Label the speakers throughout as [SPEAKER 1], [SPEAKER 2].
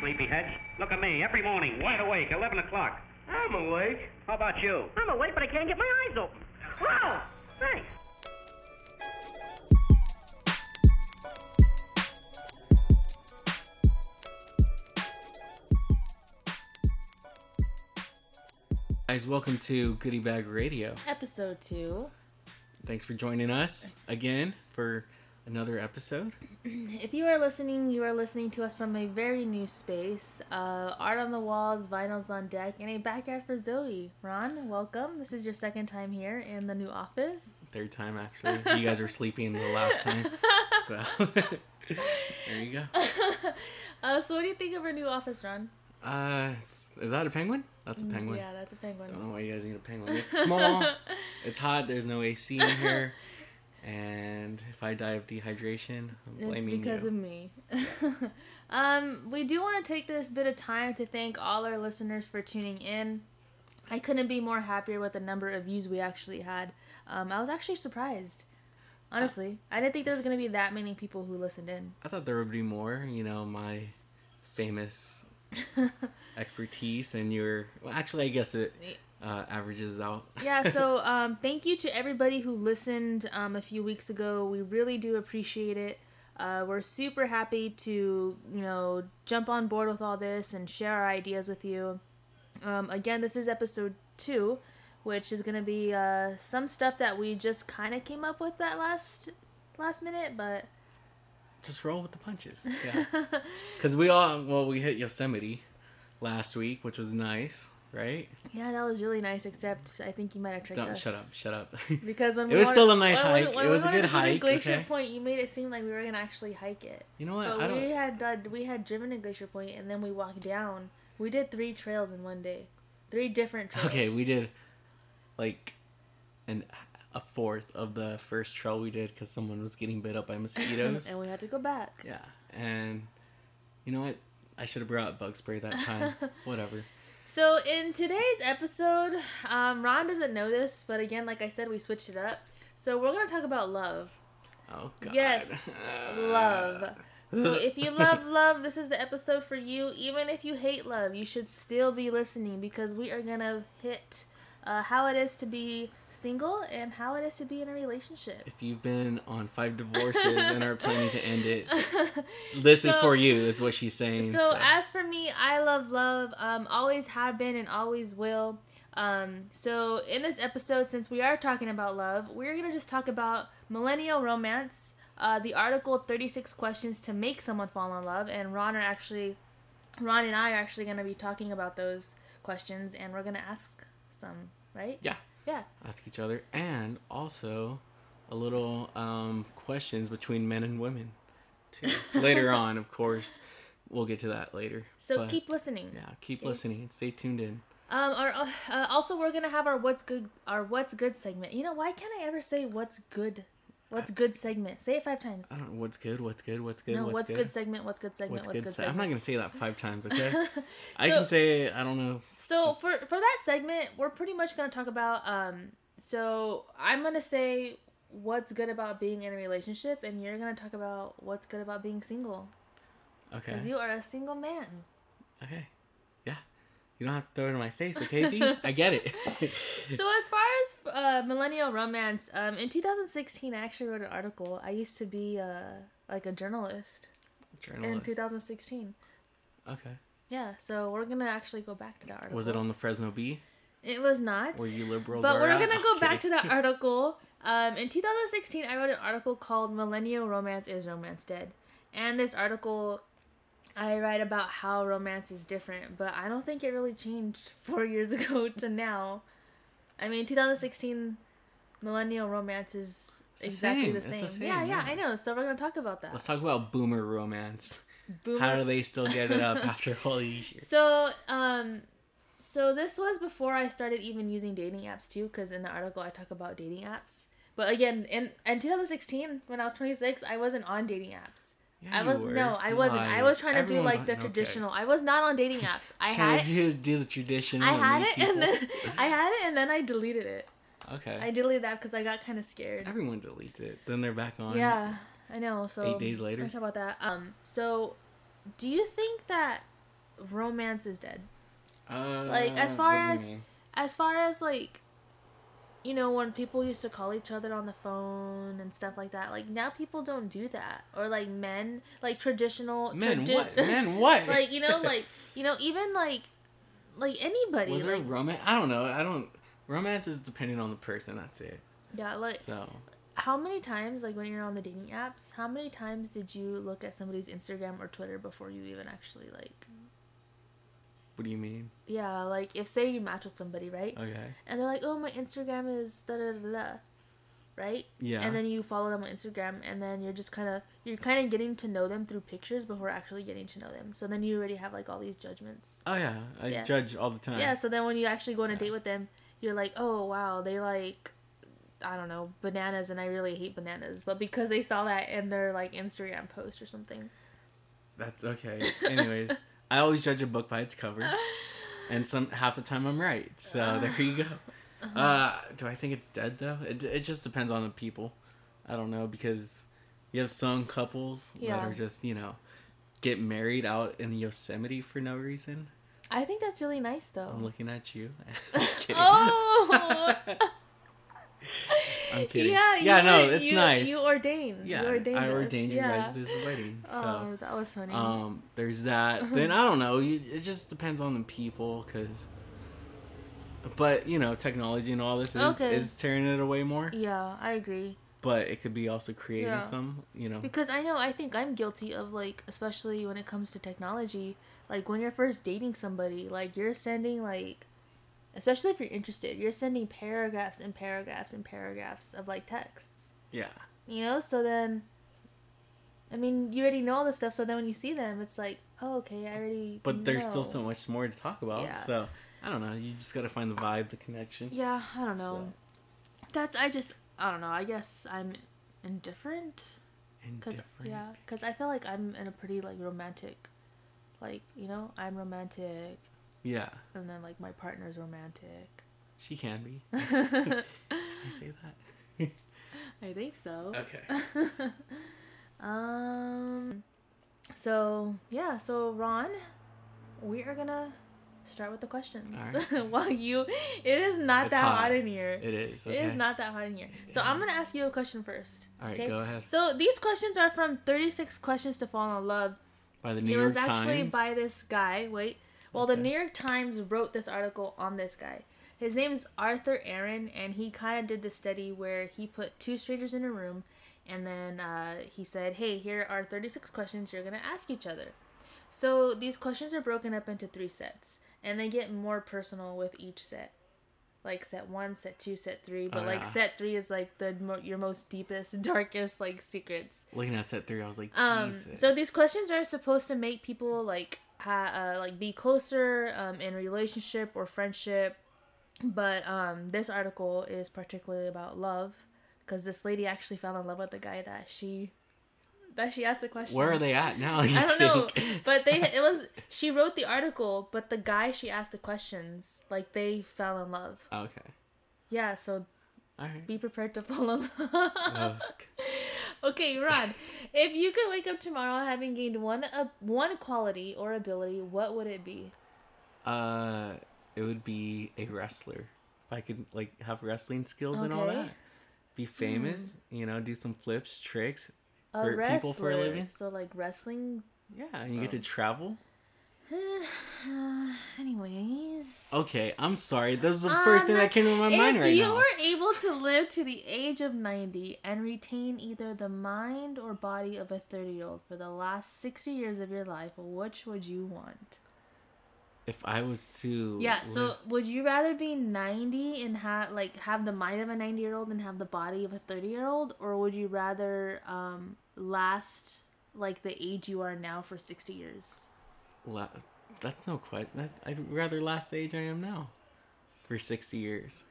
[SPEAKER 1] sleepy head. Look at me, every morning, wide awake, 11 o'clock.
[SPEAKER 2] I'm awake.
[SPEAKER 1] How about you?
[SPEAKER 3] I'm awake, but I can't get my eyes open. Wow! Thanks.
[SPEAKER 4] Guys, welcome to Goodie Bag Radio.
[SPEAKER 5] Episode two.
[SPEAKER 4] Thanks for joining us again for another episode.
[SPEAKER 5] If you are listening, you are listening to us from a very new space. Uh, art on the walls, vinyls on deck, and a backyard for Zoe. Ron, welcome. This is your second time here in the new office.
[SPEAKER 4] Third time, actually. You guys were sleeping the last time. So, there you go.
[SPEAKER 5] Uh, so, what do you think of our new office, Ron?
[SPEAKER 4] Uh, it's, is that a penguin? That's a penguin.
[SPEAKER 5] Mm, Yeah, that's a
[SPEAKER 4] I
[SPEAKER 5] penguin.
[SPEAKER 4] don't know why you guys need a penguin. It's small, it's hot, there's no AC in here. And if I die of dehydration, I'm
[SPEAKER 5] It's
[SPEAKER 4] blaming
[SPEAKER 5] because
[SPEAKER 4] you.
[SPEAKER 5] of me. um, we do want to take this bit of time to thank all our listeners for tuning in. I couldn't be more happier with the number of views we actually had. Um, I was actually surprised. Honestly, I didn't think there was going to be that many people who listened in.
[SPEAKER 4] I thought there would be more, you know, my famous expertise and your. Well, actually, I guess it uh, averages out.
[SPEAKER 5] yeah so um, thank you to everybody who listened um, a few weeks ago we really do appreciate it uh, we're super happy to you know jump on board with all this and share our ideas with you um, again this is episode two which is going to be uh, some stuff that we just kind of came up with that last last minute but
[SPEAKER 4] just roll with the punches. Yeah. Because we all, well, we hit Yosemite last week, which was nice, right?
[SPEAKER 5] yeah that was really nice except i think you might have tricked
[SPEAKER 4] Don't
[SPEAKER 5] us
[SPEAKER 4] shut up, shut up.
[SPEAKER 5] because when
[SPEAKER 4] It
[SPEAKER 5] we
[SPEAKER 4] was
[SPEAKER 5] wanted-
[SPEAKER 4] still a nice
[SPEAKER 5] when we-
[SPEAKER 4] hike.
[SPEAKER 5] when
[SPEAKER 4] It
[SPEAKER 5] we
[SPEAKER 4] was a
[SPEAKER 5] wanted
[SPEAKER 4] good
[SPEAKER 5] to do
[SPEAKER 4] hike,
[SPEAKER 5] Glacier
[SPEAKER 4] okay?
[SPEAKER 5] Point, you made it seem like we were gonna actually hike it.
[SPEAKER 4] you know what? I
[SPEAKER 5] But
[SPEAKER 4] don't.
[SPEAKER 5] we had done, we had driven to Glacier Point and then we walked down. We did three trails in one day, three different trails.
[SPEAKER 4] Okay, we did like an a fourth of the first trail we did because someone was getting bit up by mosquitoes.
[SPEAKER 5] and we had to go back.
[SPEAKER 4] yeah, and you know what? I should have brought bug spray that time. Whatever.
[SPEAKER 5] So in today's episode, um, Ron doesn't know this, but again, like I said, we switched it up. So we're gonna talk about love.
[SPEAKER 4] Oh God.
[SPEAKER 5] Yes, love. So if you love love, this is the episode for you. Even if you hate love, you should still be listening because we are gonna hit uh, how it is to be single and how it is to be in a relationship.
[SPEAKER 4] If you've been on five divorces and are planning to end it, this is
[SPEAKER 5] So-
[SPEAKER 4] for you. Is what she's saying.
[SPEAKER 5] So as for me, I love love. Um, always have been and always will. Um, so in this episode, since we are talking about love, we're gonna just talk about millennial romance. Uh, the article 36 questions to make someone fall in love, and Ron are actually, Ron and I are actually gonna be talking about those questions, and we're gonna ask some, right?
[SPEAKER 4] yeah.
[SPEAKER 5] Yeah.
[SPEAKER 4] ask each other and also a little um, questions between men and women too later on of course we'll get to that later
[SPEAKER 5] So
[SPEAKER 4] But,
[SPEAKER 5] keep listening.
[SPEAKER 4] yeah keep listening stay tuned in
[SPEAKER 5] Um, our, uh, also we're gonna have our what's good our what's good segment. You know why can't I ever say what's good? What's good segment? Say it five times.
[SPEAKER 4] i don't know what's good what's good what's good
[SPEAKER 5] No, what's, good? segment? What's good segment?
[SPEAKER 4] what's, good, se- i'm
[SPEAKER 5] segment?
[SPEAKER 4] not gonna say that five times okay i
[SPEAKER 5] So-
[SPEAKER 4] can say i don't know
[SPEAKER 5] So for for that segment, we're pretty much gonna talk about. Um, so I'm gonna say what's good about being in a relationship, and you're gonna talk about what's good about being single,
[SPEAKER 4] okay
[SPEAKER 5] because you are a single man.
[SPEAKER 4] okay yeah you don't have to throw it in my face okay B? i get it
[SPEAKER 5] so as far as uh, millennial romance, um, in 2016, I actually wrote an article. I used to be uh, like a journalist. in
[SPEAKER 4] Journalist.
[SPEAKER 5] 2016.
[SPEAKER 4] okay
[SPEAKER 5] Yeah, so we're gonna actually go back to that article.
[SPEAKER 4] was it on the fresno bee
[SPEAKER 5] It was not.
[SPEAKER 4] where you liberals
[SPEAKER 5] but
[SPEAKER 4] are
[SPEAKER 5] we're
[SPEAKER 4] at?
[SPEAKER 5] gonna go back
[SPEAKER 4] Okay.
[SPEAKER 5] to that article. Um, in 2016, I wrote an article called "Millennial Romance Is Romance Dead," and this article, I write about how romance is different. But I don't think it really changed four years ago to now. I mean, 2016, millennial romance is
[SPEAKER 4] the
[SPEAKER 5] exactly
[SPEAKER 4] same.
[SPEAKER 5] the
[SPEAKER 4] It's the
[SPEAKER 5] same.
[SPEAKER 4] same,
[SPEAKER 5] yeah, yeah,
[SPEAKER 4] yeah.
[SPEAKER 5] I know. So we're gonna talk about that.
[SPEAKER 4] Let's talk about boomer romance.
[SPEAKER 5] Boomer
[SPEAKER 4] How do they still get it up after all these years?
[SPEAKER 5] So, um, so this was before I started even using dating apps too, because in the article I talk about dating apps. But again, in in 2016, when I was 26, I wasn't on dating apps.
[SPEAKER 4] Yeah,
[SPEAKER 5] I
[SPEAKER 4] you
[SPEAKER 5] was
[SPEAKER 4] were.
[SPEAKER 5] no, I wasn't. I was
[SPEAKER 4] Lies.
[SPEAKER 5] trying to
[SPEAKER 4] Everyone
[SPEAKER 5] do like the
[SPEAKER 4] thought- okay.
[SPEAKER 5] traditional. I was not on dating apps. I had
[SPEAKER 4] Trying
[SPEAKER 5] it.
[SPEAKER 4] to do, do the traditional.
[SPEAKER 5] I had it,
[SPEAKER 4] new
[SPEAKER 5] and then I had it, and then I deleted it.
[SPEAKER 4] people. okay.
[SPEAKER 5] I deleted that because I got kind of scared.
[SPEAKER 4] Everyone deletes it. Then they're back on.
[SPEAKER 5] Yeah, I know. So
[SPEAKER 4] days later?
[SPEAKER 5] We're gonna talk about that. Um, so do you think that romance is dead.
[SPEAKER 4] Uh,
[SPEAKER 5] Like, as far
[SPEAKER 4] what do you
[SPEAKER 5] as-
[SPEAKER 4] mean?
[SPEAKER 5] As far as like you know when people used to call each other on the phone and stuff like that like now people don't do that or like men like traditional
[SPEAKER 4] men,
[SPEAKER 5] tradi-
[SPEAKER 4] what? Men, what?
[SPEAKER 5] like you know like you know even like like anybody
[SPEAKER 4] was there
[SPEAKER 5] like
[SPEAKER 4] romance? I don't know. I don't. Romance is dependent on the person. That's it.
[SPEAKER 5] yeah like
[SPEAKER 4] So
[SPEAKER 5] how many times like when you're on the dating apps how many times did you look at somebody's instagram or twitter before you even actually like
[SPEAKER 4] what do you mean?
[SPEAKER 5] yeah like if say you match with somebody right
[SPEAKER 4] Okay.
[SPEAKER 5] and they're like oh my instagram is da da da da right
[SPEAKER 4] Yeah.
[SPEAKER 5] and then you follow them on instagram and then you're just kind of you're kind of getting to know them through pictures before actually getting to know them so then you already have like all these judgments
[SPEAKER 4] oh yeah, I
[SPEAKER 5] Yeah.
[SPEAKER 4] judge all the time.
[SPEAKER 5] yeah so then when you actually go on a
[SPEAKER 4] Yeah.
[SPEAKER 5] date with them you're like oh wow they like i don't know bananas and i really hate bananas but because they saw that in their like instagram post or something
[SPEAKER 4] That's okay. Anyways, I always judge a book by its cover, and some half the time I'm right. So there you go.
[SPEAKER 5] Uh-huh.
[SPEAKER 4] Uh, do I think it's dead though? It it just depends on the people. I don't know because you have some couples
[SPEAKER 5] Yeah.
[SPEAKER 4] that are just you know get married out in Yosemite for no reason.
[SPEAKER 5] i think that's really nice
[SPEAKER 4] I'm
[SPEAKER 5] though
[SPEAKER 4] looking at you. I'm kidding.
[SPEAKER 5] Oh!
[SPEAKER 4] I'm kidding.
[SPEAKER 5] yeah
[SPEAKER 4] Yeah,
[SPEAKER 5] you-
[SPEAKER 4] no, it's
[SPEAKER 5] you-
[SPEAKER 4] nice.
[SPEAKER 5] you ordained
[SPEAKER 4] yeah,
[SPEAKER 5] you ordained
[SPEAKER 4] I
[SPEAKER 5] us.
[SPEAKER 4] ordained you
[SPEAKER 5] Yeah.
[SPEAKER 4] guys this wedding. So.
[SPEAKER 5] oh Uh-huh. that was funny
[SPEAKER 4] Um, there's that. then I don't know. You, it just depends on the people, cause. But you know, technology and all this is,
[SPEAKER 5] Okay.
[SPEAKER 4] is tearing it away more.
[SPEAKER 5] yeah i agree
[SPEAKER 4] But it could be also creating
[SPEAKER 5] Yeah.
[SPEAKER 4] some. You know.
[SPEAKER 5] Because I know, I think I'm guilty of like, especially when it comes to technology, like when you're first dating somebody, like you're sending like, especially if you're interested, you're sending paragraphs and paragraphs and paragraphs of like texts,
[SPEAKER 4] Yeah.
[SPEAKER 5] you know? So then, I mean, you already know all this stuff, so then when you see them, it's like, oh, okay, I already.
[SPEAKER 4] But there's still
[SPEAKER 5] know.
[SPEAKER 4] so much more to talk about.
[SPEAKER 5] Yeah.
[SPEAKER 4] So I don't know. You just gotta find the vibe, the connection.
[SPEAKER 5] Yeah, I don't know. That's, I just, I don't know, I guess I'm indifferent.
[SPEAKER 4] and
[SPEAKER 5] Cause
[SPEAKER 4] different.
[SPEAKER 5] yeah, 'cause I feel like I'm in a pretty like romantic, like you know I'm romantic,
[SPEAKER 4] Yeah.
[SPEAKER 5] and then like my partner's romantic.
[SPEAKER 4] She can be. Can I say that.
[SPEAKER 5] I think so.
[SPEAKER 4] okay.
[SPEAKER 5] um, so yeah, so Ron, we are gonna start with the questions.
[SPEAKER 4] Alright.
[SPEAKER 5] While you, it is not
[SPEAKER 4] It's
[SPEAKER 5] that hot.
[SPEAKER 4] hot.
[SPEAKER 5] in here.
[SPEAKER 4] It is. Okay.
[SPEAKER 5] It is not that hot in here. so I'm gonna ask you a question first.
[SPEAKER 4] All right, go ahead.
[SPEAKER 5] So these questions are from 36 Questions to Fall in Love.
[SPEAKER 4] By the New
[SPEAKER 5] it
[SPEAKER 4] York
[SPEAKER 5] was actually
[SPEAKER 4] Times.
[SPEAKER 5] by this guy. Wait. Well, the
[SPEAKER 4] Okay.
[SPEAKER 5] New York Times wrote this article on this guy. His name is Arthur Aaron, and he kind of did this study where he put two strangers in a room, and then uh, he said, "Hey, here are 36 questions you're gonna ask each other." So these questions are broken up into three sets, and they get more personal with each set, like set one, set two, set three. But
[SPEAKER 4] Oh,
[SPEAKER 5] like
[SPEAKER 4] yeah.
[SPEAKER 5] set three is like the mo- your most deepest, darkest like secrets.
[SPEAKER 4] Looking at set three, I was like,
[SPEAKER 5] Um,
[SPEAKER 4] Jesus.
[SPEAKER 5] so these questions are supposed to make people like ha- uh, like be closer um, in relationship or friendship, but um, this article is particularly about love because this lady actually fell in love with the guy that she that she asked the question.
[SPEAKER 4] Where are they at now? you
[SPEAKER 5] I don't know,
[SPEAKER 4] think?
[SPEAKER 5] but they it was she wrote the article, but the guy she asked the questions like they fell in love.
[SPEAKER 4] Oh, Okay.
[SPEAKER 5] Yeah, so
[SPEAKER 4] All right.
[SPEAKER 5] be prepared to fall in love.
[SPEAKER 4] Ugh.
[SPEAKER 5] Okay, Ron, if you could wake up tomorrow having gained one uh, one quality or ability, what would it be?
[SPEAKER 4] Uh, it would be a wrestler. If I could like have wrestling skills and all
[SPEAKER 5] Okay. Hmm.
[SPEAKER 4] that, be famous, you know, do some flips, tricks.
[SPEAKER 5] A
[SPEAKER 4] Hurt
[SPEAKER 5] wrestler.
[SPEAKER 4] people for a living?
[SPEAKER 5] So like wrestling.
[SPEAKER 4] Yeah, and you get to travel.
[SPEAKER 5] Anyways.
[SPEAKER 4] Okay, I'm sorry. This is the first thing
[SPEAKER 5] Um,
[SPEAKER 4] that came to my
[SPEAKER 5] if
[SPEAKER 4] mind right
[SPEAKER 5] you
[SPEAKER 4] now.
[SPEAKER 5] were able to live to the age of 90 and retain either the mind or body of a 30 year old for the last 60 years of your life, which would you want?
[SPEAKER 4] If I was to
[SPEAKER 5] Yeah, so
[SPEAKER 4] live-
[SPEAKER 5] would you rather be 90 and have like have the mind of a 90 year old and have the body of a 30 year old or would you rather um last like the age you are now for 60 years?
[SPEAKER 4] la- that's no question. That, I'd rather last the age I am now, for sixty years.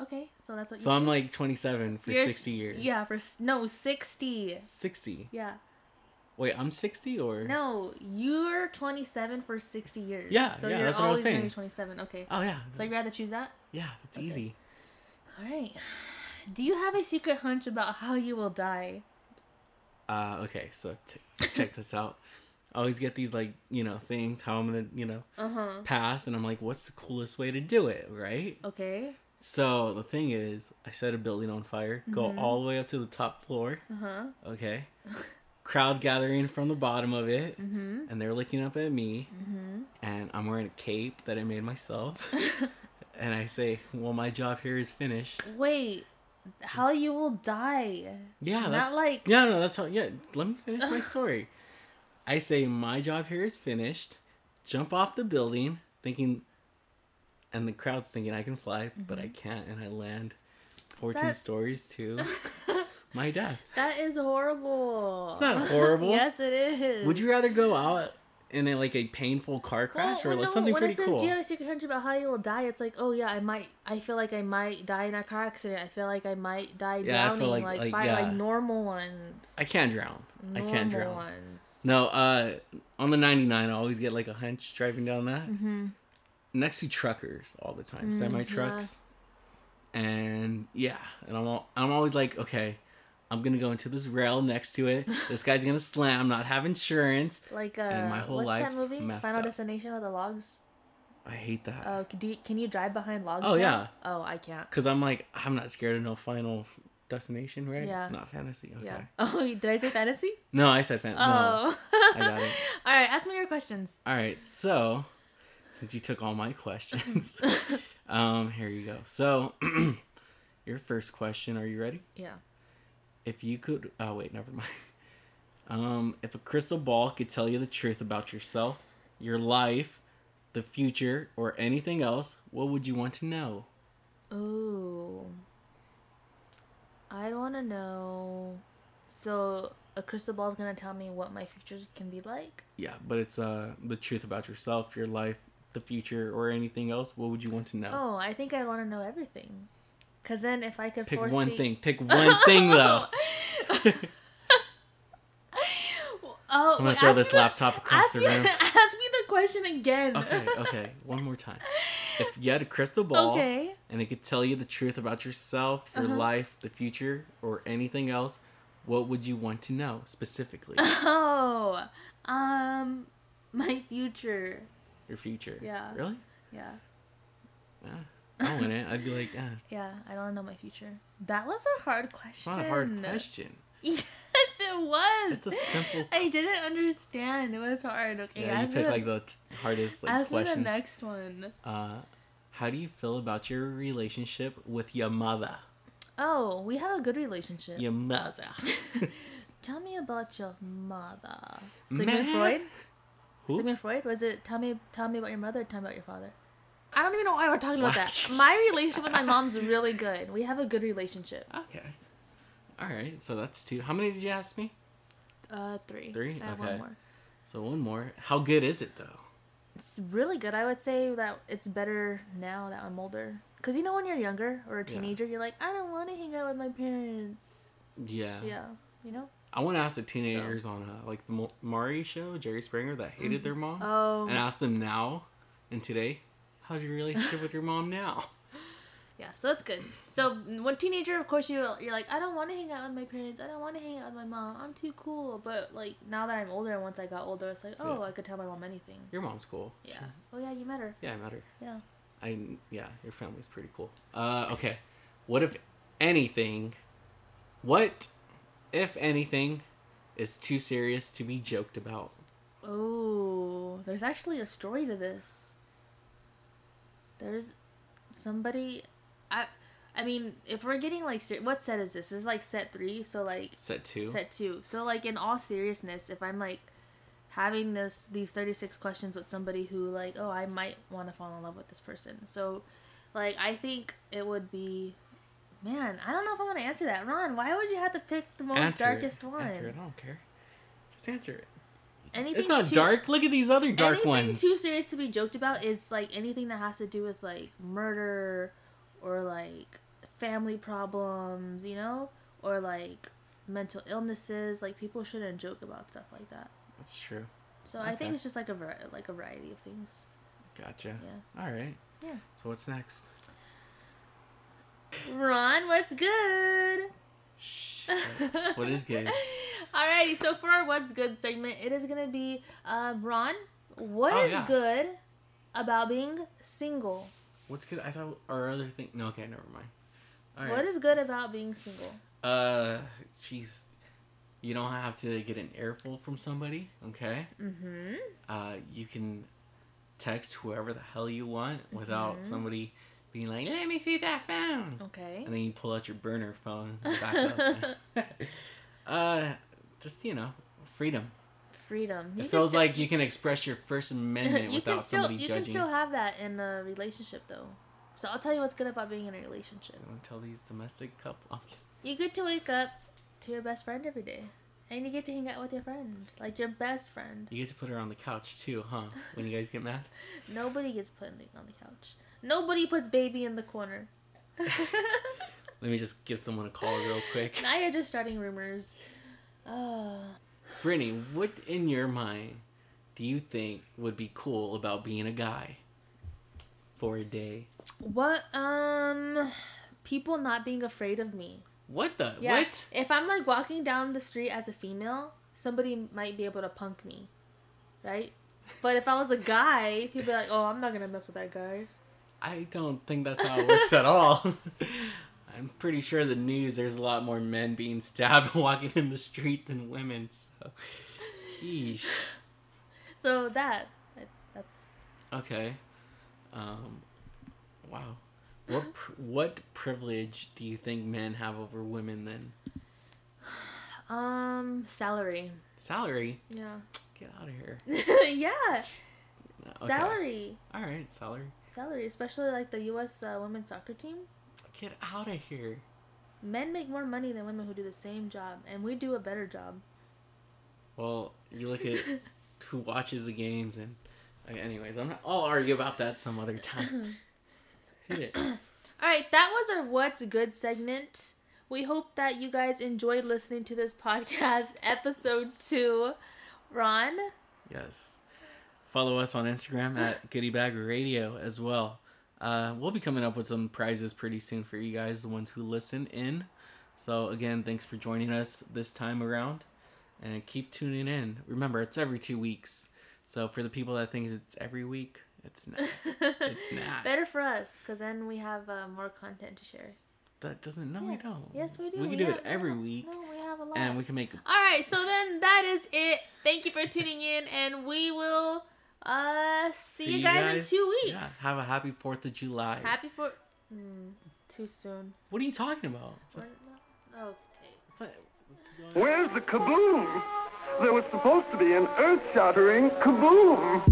[SPEAKER 5] Okay, so that's what
[SPEAKER 4] So I'm like 27 for
[SPEAKER 5] You're-
[SPEAKER 4] 60 years.
[SPEAKER 5] Yeah, for s- no, 60.
[SPEAKER 4] 60.
[SPEAKER 5] Yeah.
[SPEAKER 4] Wait, I'm 60 or
[SPEAKER 5] No, you're 27 for 60 years.
[SPEAKER 4] Yeah,
[SPEAKER 5] so
[SPEAKER 4] yeah,
[SPEAKER 5] you're
[SPEAKER 4] that's what I was
[SPEAKER 5] always going to be
[SPEAKER 4] saying.
[SPEAKER 5] 27. Okay.
[SPEAKER 4] Oh yeah.
[SPEAKER 5] So you'd rather choose that?
[SPEAKER 4] yeah, it's easy.
[SPEAKER 5] All right. Do you have a secret hunch about how you will die?
[SPEAKER 4] Uh, okay, so t- check this out. I always get these like you know things how I'm gonna you know
[SPEAKER 5] Uh
[SPEAKER 4] Uh-huh.
[SPEAKER 5] huh.
[SPEAKER 4] pass, and I'm like, what's the coolest way to do it, right?
[SPEAKER 5] Okay.
[SPEAKER 4] So the thing is, I set a building on fire, go all the way up to the top floor.
[SPEAKER 5] Uh huh.
[SPEAKER 4] Okay. Crowd gathering from the bottom of it, and they're looking up at me, and I'm wearing a cape that I made myself. and I say, "Well, my job here is finished."
[SPEAKER 5] Wait. How you will die?
[SPEAKER 4] Yeah,
[SPEAKER 5] Not
[SPEAKER 4] that's
[SPEAKER 5] like-
[SPEAKER 4] yeah, no, that's how. Yeah, let me finish my story. I say my job here is finished. Jump off the building, thinking, and the crowd's thinking I can fly, but
[SPEAKER 5] Mm-hmm.
[SPEAKER 4] I can't, and I land fourteen
[SPEAKER 5] That-
[SPEAKER 4] stories to my death.
[SPEAKER 5] That is horrible.
[SPEAKER 4] It's not horrible.
[SPEAKER 5] yes, it is.
[SPEAKER 4] Would you rather go out in a, like a painful car crash or like something
[SPEAKER 5] when
[SPEAKER 4] pretty
[SPEAKER 5] it says,
[SPEAKER 4] cool?
[SPEAKER 5] Do you have a secret hunch about how you will die? It's like, oh yeah, I might. I feel like I might die in a car accident. I feel like I might die
[SPEAKER 4] Yeah, I feel like-
[SPEAKER 5] drowning, like
[SPEAKER 4] like,
[SPEAKER 5] fire,
[SPEAKER 4] yeah.
[SPEAKER 5] like normal ones.
[SPEAKER 4] I can't drown. I can't
[SPEAKER 5] Normal
[SPEAKER 4] drown.
[SPEAKER 5] Ones.
[SPEAKER 4] No, uh, on the 99, I always get like a hunch driving down that.
[SPEAKER 5] Mm-hmm.
[SPEAKER 4] Next to truckers all the time,
[SPEAKER 5] Mm,
[SPEAKER 4] semi trucks. And yeah, and I'm all, I'm always like, okay, I'm gonna go into this rail next to it. This guy's gonna slam, not have insurance.
[SPEAKER 5] Like uh,
[SPEAKER 4] And my whole
[SPEAKER 5] what's that
[SPEAKER 4] life's
[SPEAKER 5] movie?
[SPEAKER 4] messed
[SPEAKER 5] Final
[SPEAKER 4] up.
[SPEAKER 5] Destination with the logs.
[SPEAKER 4] I hate that.
[SPEAKER 5] Oh, c- do you, can you drive behind logs?
[SPEAKER 4] Oh,
[SPEAKER 5] now?
[SPEAKER 4] yeah.
[SPEAKER 5] Oh, I can't.
[SPEAKER 4] Cause I'm like, I'm not scared of no final f- destination, right?
[SPEAKER 5] Yeah.
[SPEAKER 4] Not fantasy. Okay.
[SPEAKER 5] Yeah. Oh, did I say fantasy?
[SPEAKER 4] No, I said fantasy. No.
[SPEAKER 5] Oh.
[SPEAKER 4] I got it.
[SPEAKER 5] All right, ask me your questions.
[SPEAKER 4] All right, so since you took all my questions, um, here you go. So, your first question. Are you ready?
[SPEAKER 5] Yeah.
[SPEAKER 4] If you could, oh wait, never mind. Um, if a crystal ball could tell you the truth about yourself, your life, the future, or anything else, what would you want to know?
[SPEAKER 5] Ooh. I'd want to know. So, a crystal ball is going to tell me what my future can be like?
[SPEAKER 4] Yeah, but it's uh the truth about yourself, your life, the future, or anything else. What would you want to know?
[SPEAKER 5] Oh, I think I'd want to know everything. Because then if I could
[SPEAKER 4] Pick
[SPEAKER 5] foresee.
[SPEAKER 4] one thing. Pick one thing though.
[SPEAKER 5] Oh,
[SPEAKER 4] I'm
[SPEAKER 5] wait,
[SPEAKER 4] gonna throw
[SPEAKER 5] ask me
[SPEAKER 4] this
[SPEAKER 5] the-
[SPEAKER 4] laptop across
[SPEAKER 5] Ask
[SPEAKER 4] the
[SPEAKER 5] me,
[SPEAKER 4] room.
[SPEAKER 5] ask me the question again.
[SPEAKER 4] okay, okay. One more time. If you had a crystal ball
[SPEAKER 5] Okay. Uh-huh.
[SPEAKER 4] and it could tell you the truth about yourself, your life, the future, or anything else, what would you want to know specifically?
[SPEAKER 5] Oh, um, my future.
[SPEAKER 4] your future.
[SPEAKER 5] Yeah.
[SPEAKER 4] Really?
[SPEAKER 5] Yeah,
[SPEAKER 4] Yeah. I want it. I'd be like, ah,
[SPEAKER 5] yeah. I don't know my future. That was a hard
[SPEAKER 4] it's
[SPEAKER 5] question.
[SPEAKER 4] not a hard question.
[SPEAKER 5] Yes, it was.
[SPEAKER 4] It's a simple.
[SPEAKER 5] I didn't understand. It was hard. Okay,
[SPEAKER 4] yeah, you
[SPEAKER 5] ask, me
[SPEAKER 4] pick
[SPEAKER 5] the,
[SPEAKER 4] like the t- hardest like
[SPEAKER 5] ask me the
[SPEAKER 4] questions.
[SPEAKER 5] next one.
[SPEAKER 4] Uh, how do you feel about your relationship with your mother?
[SPEAKER 5] Oh, we have a good relationship.
[SPEAKER 4] Your mother.
[SPEAKER 5] Tell me about your mother.
[SPEAKER 4] Ma-
[SPEAKER 5] Sigmund Freud.
[SPEAKER 4] Who?
[SPEAKER 5] Sigmund Freud. Was it tell me tell me about your mother? Or tell me about your father. I don't even know why we're talking about that.
[SPEAKER 4] Okay.
[SPEAKER 5] My relationship with my mom's really good. We have a good relationship.
[SPEAKER 4] Okay. All right. So that's two. How many did you ask me?
[SPEAKER 5] Uh, three.
[SPEAKER 4] Three?
[SPEAKER 5] I have
[SPEAKER 4] Okay.
[SPEAKER 5] one more.
[SPEAKER 4] So one more. How good is it though?
[SPEAKER 5] It's really good. I would say that it's better now that I'm older. Cause you know when you're younger or a teenager, you're like, I don't want to hang out with my parents.
[SPEAKER 4] Yeah.
[SPEAKER 5] Yeah, you know.
[SPEAKER 4] I want to ask the teenagers on uh, like the Mo- Mari show, Jerry Springer, that hated their moms,
[SPEAKER 5] Oh.
[SPEAKER 4] and ask them now and today, how's your relationship with your mom now?
[SPEAKER 5] Yeah, so it's good. So mm, when teenager, of course, you you're like, I don't want to hang out with my parents. I don't want to hang out with my mom. I'm too cool. But like now that I'm older, and once I got older, it's like, oh,
[SPEAKER 4] Yeah.
[SPEAKER 5] I could tell my mom anything.
[SPEAKER 4] Your mom's cool.
[SPEAKER 5] Yeah. Oh yeah, you met her.
[SPEAKER 4] Yeah, I met her.
[SPEAKER 5] Yeah.
[SPEAKER 4] I yeah, your family's pretty cool. Uh, okay. What if anything? What if anything is too serious to be joked about?
[SPEAKER 5] Oh, there's actually a story to this. There's somebody, I, I mean, if we're getting like, ser- what set is this? This is like set three. So like,
[SPEAKER 4] Set two.
[SPEAKER 5] set two. So like in all seriousness, if I'm like having this these thirty six questions with somebody who like, oh, I might want to fall in love with this person. So like I think it would be man, I don't know if I want to answer that. Ron, why would you have to pick the most
[SPEAKER 4] Answer it.
[SPEAKER 5] darkest one?
[SPEAKER 4] Answer it. I don't care. Just answer it.
[SPEAKER 5] Anything
[SPEAKER 4] It's not
[SPEAKER 5] too-
[SPEAKER 4] dark. Look at these other dark
[SPEAKER 5] anything
[SPEAKER 4] ones.
[SPEAKER 5] too serious to be joked about is like anything that has to do with like murder or like family problems, you know? Or like mental illnesses. Like people shouldn't joke about stuff like that.
[SPEAKER 4] That's true.
[SPEAKER 5] So I
[SPEAKER 4] Okay.
[SPEAKER 5] think it's just like a vari- like a variety of things.
[SPEAKER 4] Gotcha.
[SPEAKER 5] Yeah.
[SPEAKER 4] All right.
[SPEAKER 5] Yeah.
[SPEAKER 4] So what's next?
[SPEAKER 5] Ron, what's good?
[SPEAKER 4] Shit. what is good?
[SPEAKER 5] Alrighty, so for our what's good segment, it is gonna be um, Ron. What is
[SPEAKER 4] Oh, yeah.
[SPEAKER 5] good about being single?
[SPEAKER 4] What's good? I thought our other thing. No, okay, never mind. All right.
[SPEAKER 5] What is good about being single?
[SPEAKER 4] Uh, jeez. You don't have to get an earful from somebody, okay?
[SPEAKER 5] Mm-hmm.
[SPEAKER 4] Uh, you can text whoever the hell you want without
[SPEAKER 5] Mhm.
[SPEAKER 4] somebody being like, "Let me see that phone,"
[SPEAKER 5] Okay.
[SPEAKER 4] and then you pull out your burner phone. and back up. uh, just you know, freedom.
[SPEAKER 5] Freedom.
[SPEAKER 4] It
[SPEAKER 5] can
[SPEAKER 4] feels
[SPEAKER 5] still-
[SPEAKER 4] like you can express your First Amendment
[SPEAKER 5] you
[SPEAKER 4] without
[SPEAKER 5] can still
[SPEAKER 4] somebody
[SPEAKER 5] you
[SPEAKER 4] judging.
[SPEAKER 5] can still have that in a relationship though. So I'll tell you what's good about being in a relationship.
[SPEAKER 4] You wanna tell these domestic couple. I'm kidding.
[SPEAKER 5] You get to wake up to your best friend every day, and you get to hang out with your friend, like your best friend.
[SPEAKER 4] You get to put her on the couch too, huh? When you guys get mad.
[SPEAKER 5] Nobody gets put in the- on the couch. Nobody puts baby in the corner.
[SPEAKER 4] Let me just give someone a call real quick.
[SPEAKER 5] now you're just starting rumors. Oh,
[SPEAKER 4] Brittany, what in your mind do you think would be cool about being a guy for a day?
[SPEAKER 5] what? Um, people not being afraid of me.
[SPEAKER 4] What the?
[SPEAKER 5] Yeah.
[SPEAKER 4] What?
[SPEAKER 5] If I'm like walking down the street as a female, somebody might be able to punk me, right? But if I was a guy, people are like, "Oh, I'm not gonna mess with that guy."
[SPEAKER 4] I don't think that's how it works at all. I'm pretty sure the news there's a lot more men being stabbed walking in the street than women, so. Yeesh.
[SPEAKER 5] So that, that- that's
[SPEAKER 4] Okay. Um, wow. What pr- what privilege do you think men have over women then?
[SPEAKER 5] um salary.
[SPEAKER 4] Salary?
[SPEAKER 5] Yeah.
[SPEAKER 4] Get out of here.
[SPEAKER 5] yeah.
[SPEAKER 4] Okay.
[SPEAKER 5] Salary.
[SPEAKER 4] All right, salary.
[SPEAKER 5] Salary, especially like the U.S. Uh, women's soccer team.
[SPEAKER 4] Get out of here.
[SPEAKER 5] Men make more money than women who do the same job, and we do a better job.
[SPEAKER 4] Well, you look at who watches the games and okay, anyways, I'm not, I'll argue about that some other time. Hit it.
[SPEAKER 5] All right, that was our What's Good segment. We hope that you guys enjoyed listening to this podcast, episode two. Ron,
[SPEAKER 4] Yes. Follow us on Instagram at Goodie Bag Radio as well. Uh, we'll be coming up with some prizes pretty soon for you guys, the ones who listen in. So, again, thanks for joining us this time around and keep tuning in. Remember, it's every two weeks. So, for the people that think it's every week, it's not. It's not.
[SPEAKER 5] better for us because then we have uh, more content to share.
[SPEAKER 4] That doesn't, no, we
[SPEAKER 5] Yeah.
[SPEAKER 4] don't.
[SPEAKER 5] Yes, we do.
[SPEAKER 4] We can do
[SPEAKER 5] have-
[SPEAKER 4] it every
[SPEAKER 5] no,
[SPEAKER 4] week
[SPEAKER 5] No, we have a lot.
[SPEAKER 4] and we can make
[SPEAKER 5] All right, so then that is it. Thank you for tuning in, and we will uh see, you, guys, in two
[SPEAKER 4] yeah,
[SPEAKER 5] weeks.
[SPEAKER 4] have a happy 4th of July.
[SPEAKER 5] Happy for. Mm, too soon.
[SPEAKER 4] what are you talking about? Just,
[SPEAKER 5] We're not- Okay.
[SPEAKER 4] it's not- it's-
[SPEAKER 2] Where's the kaboom? There was supposed to be an earth shattering kaboom.